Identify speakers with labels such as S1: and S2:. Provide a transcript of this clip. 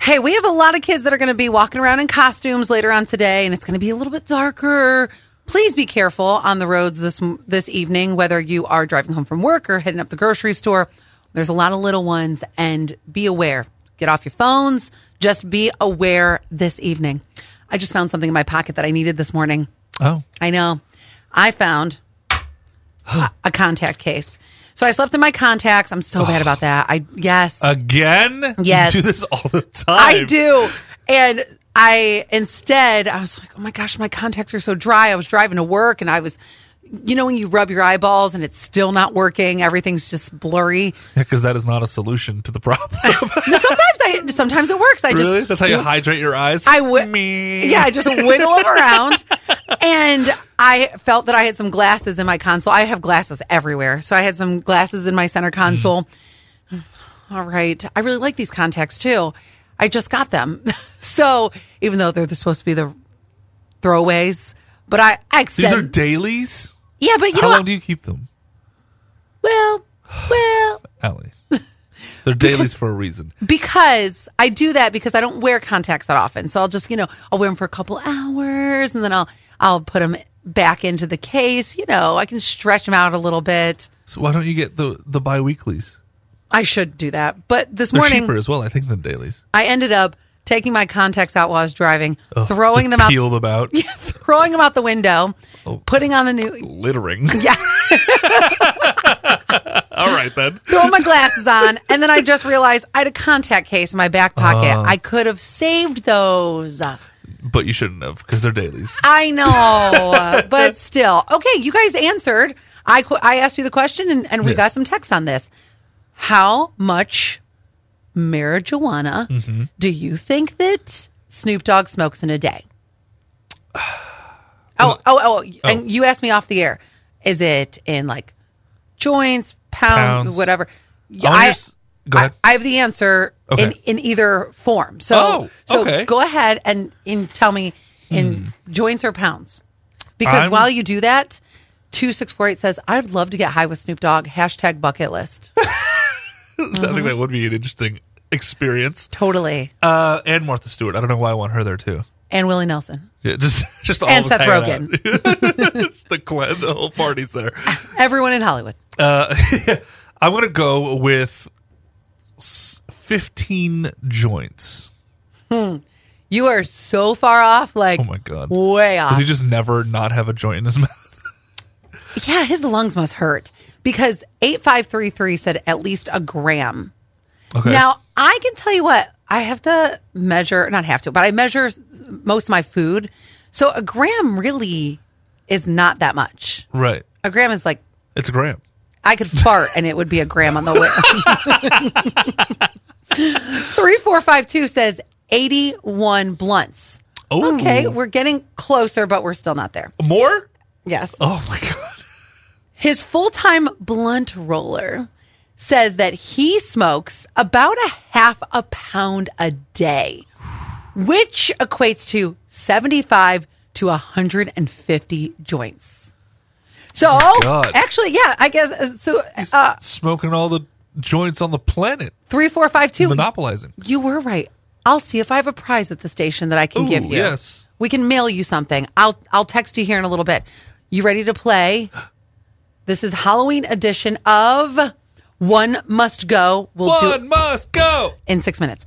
S1: Hey, we have a lot of kids that are going to be walking around in costumes later on today, and it's going to be a little bit darker. Please be careful on the roads this this evening, whether you are driving home from work or heading up the grocery store. There's a lot of little ones, and be aware. Get off your phones. Just be aware this evening. I just found something in my pocket that I needed this morning.
S2: Oh,
S1: I know. I found a, a contact case. So I slept in my contacts. I'm so bad about that. I yes.
S2: again?
S1: Yes.
S2: You do this all the time.
S1: I do. And I instead I was like, oh my gosh, my contacts are so dry. I was driving to work and I was you know when you rub your eyeballs and it's still not working, everything's just blurry.
S2: Because that is not a solution to the problem.
S1: No, sometimes I sometimes it works. I just
S2: really? That's how you hydrate your eyes?
S1: I would
S2: Me.
S1: Yeah, I just wiggle them around. And I felt that I had some glasses in my console. I have glasses everywhere. So I had some glasses in my center console. All right. I really like these contacts too. I just got them. So even though they're supposed to be the throwaways, but I, I
S2: These
S1: extend,
S2: are dailies?
S1: yeah, but you know
S2: how long
S1: what?
S2: do you keep them,
S1: well, well,
S2: Allie? They're dailies for a reason.
S1: because I do that because I don't wear contacts that often. So I'll just, you know, I'll wear them for a couple hours and then I'll I'll put them back into the case. You know, I can stretch them out a little bit.
S2: So why don't you get the the biweeklies?
S1: I should do that. But this
S2: They're
S1: morning
S2: cheaper as well, I think, than dailies.
S1: I ended up taking my contacts out while I was driving,
S2: Just
S1: throwing them out
S2: peel Oh. them out,
S1: throwing them out the window, putting on the new
S2: littering.
S1: Yeah.
S2: all right then.
S1: throw my glasses on, and then I just realized I had a contact case in my back pocket.
S2: Ah.
S1: I could have saved those.
S2: But you shouldn't have because they're dailies.
S1: I know, but still. Okay, you guys answered. I qu- I asked you the question, and, and we
S2: Yes.
S1: got some text on this. How much marijuana
S2: Mm-hmm.
S1: do you think that Snoop Dogg smokes in a day? Oh, oh, oh, And you asked me off the air. Is it in like joints, pound,
S2: Pounds.
S1: whatever?
S2: I wanna just- go ahead.
S1: I, I have the answer in,
S2: Okay.
S1: in either form. So
S2: Oh,
S1: so
S2: okay.
S1: go ahead and, and tell me in joints or pounds. Because
S2: Hmm. I'm-
S1: while you do that, 2648 says, I'd love to get high with Snoop Dogg. Hashtag bucket list. Uh-huh.
S2: I think that would be an interesting experience.
S1: totally.
S2: Uh, and Martha Stewart. I don't know why I want her there too.
S1: And Willie Nelson.
S2: Yeah, just just all
S1: And
S2: of us
S1: Seth
S2: hanging out. just the clan, the whole party's there.
S1: Everyone in Hollywood.
S2: Uh, I'm gonna go with s- 15 joints.
S1: You are so far off. Like,
S2: Oh my god.
S1: way
S2: Does
S1: off.
S2: he just never not have a joint in his mouth?
S1: yeah, his lungs must hurt because 8533 said at least a gram.
S2: Okay.
S1: Now, I can tell you what, I have to measure, not have to, but I measure s- most of my food. So a gram really is not that much.
S2: right.
S1: A gram is like,
S2: It's a gram.
S1: I could fart and it would be a gram on the way. 3452 says 81 blunts.
S2: Oh.
S1: Okay, we're getting closer, but we're still not there.
S2: More?
S1: Yes.
S2: Oh my god.
S1: His full time blunt roller says that he smokes about a half a pound a day, which equates to 75 to 150 joints. So,
S2: God.
S1: actually, yeah, I guess. uh, So, uh,
S2: Smoking all the joints on the planet.
S1: 3452,
S2: Monopolizing.
S1: you were right. I'll see if I have a prize at the station that I can
S2: Ooh,
S1: give you.
S2: yes.
S1: We can mail you something. I'll I'll text you here in a little bit. You ready to play? This is Halloween edition of One Must Go. We'll do
S2: One must go.
S1: in 6 minutes.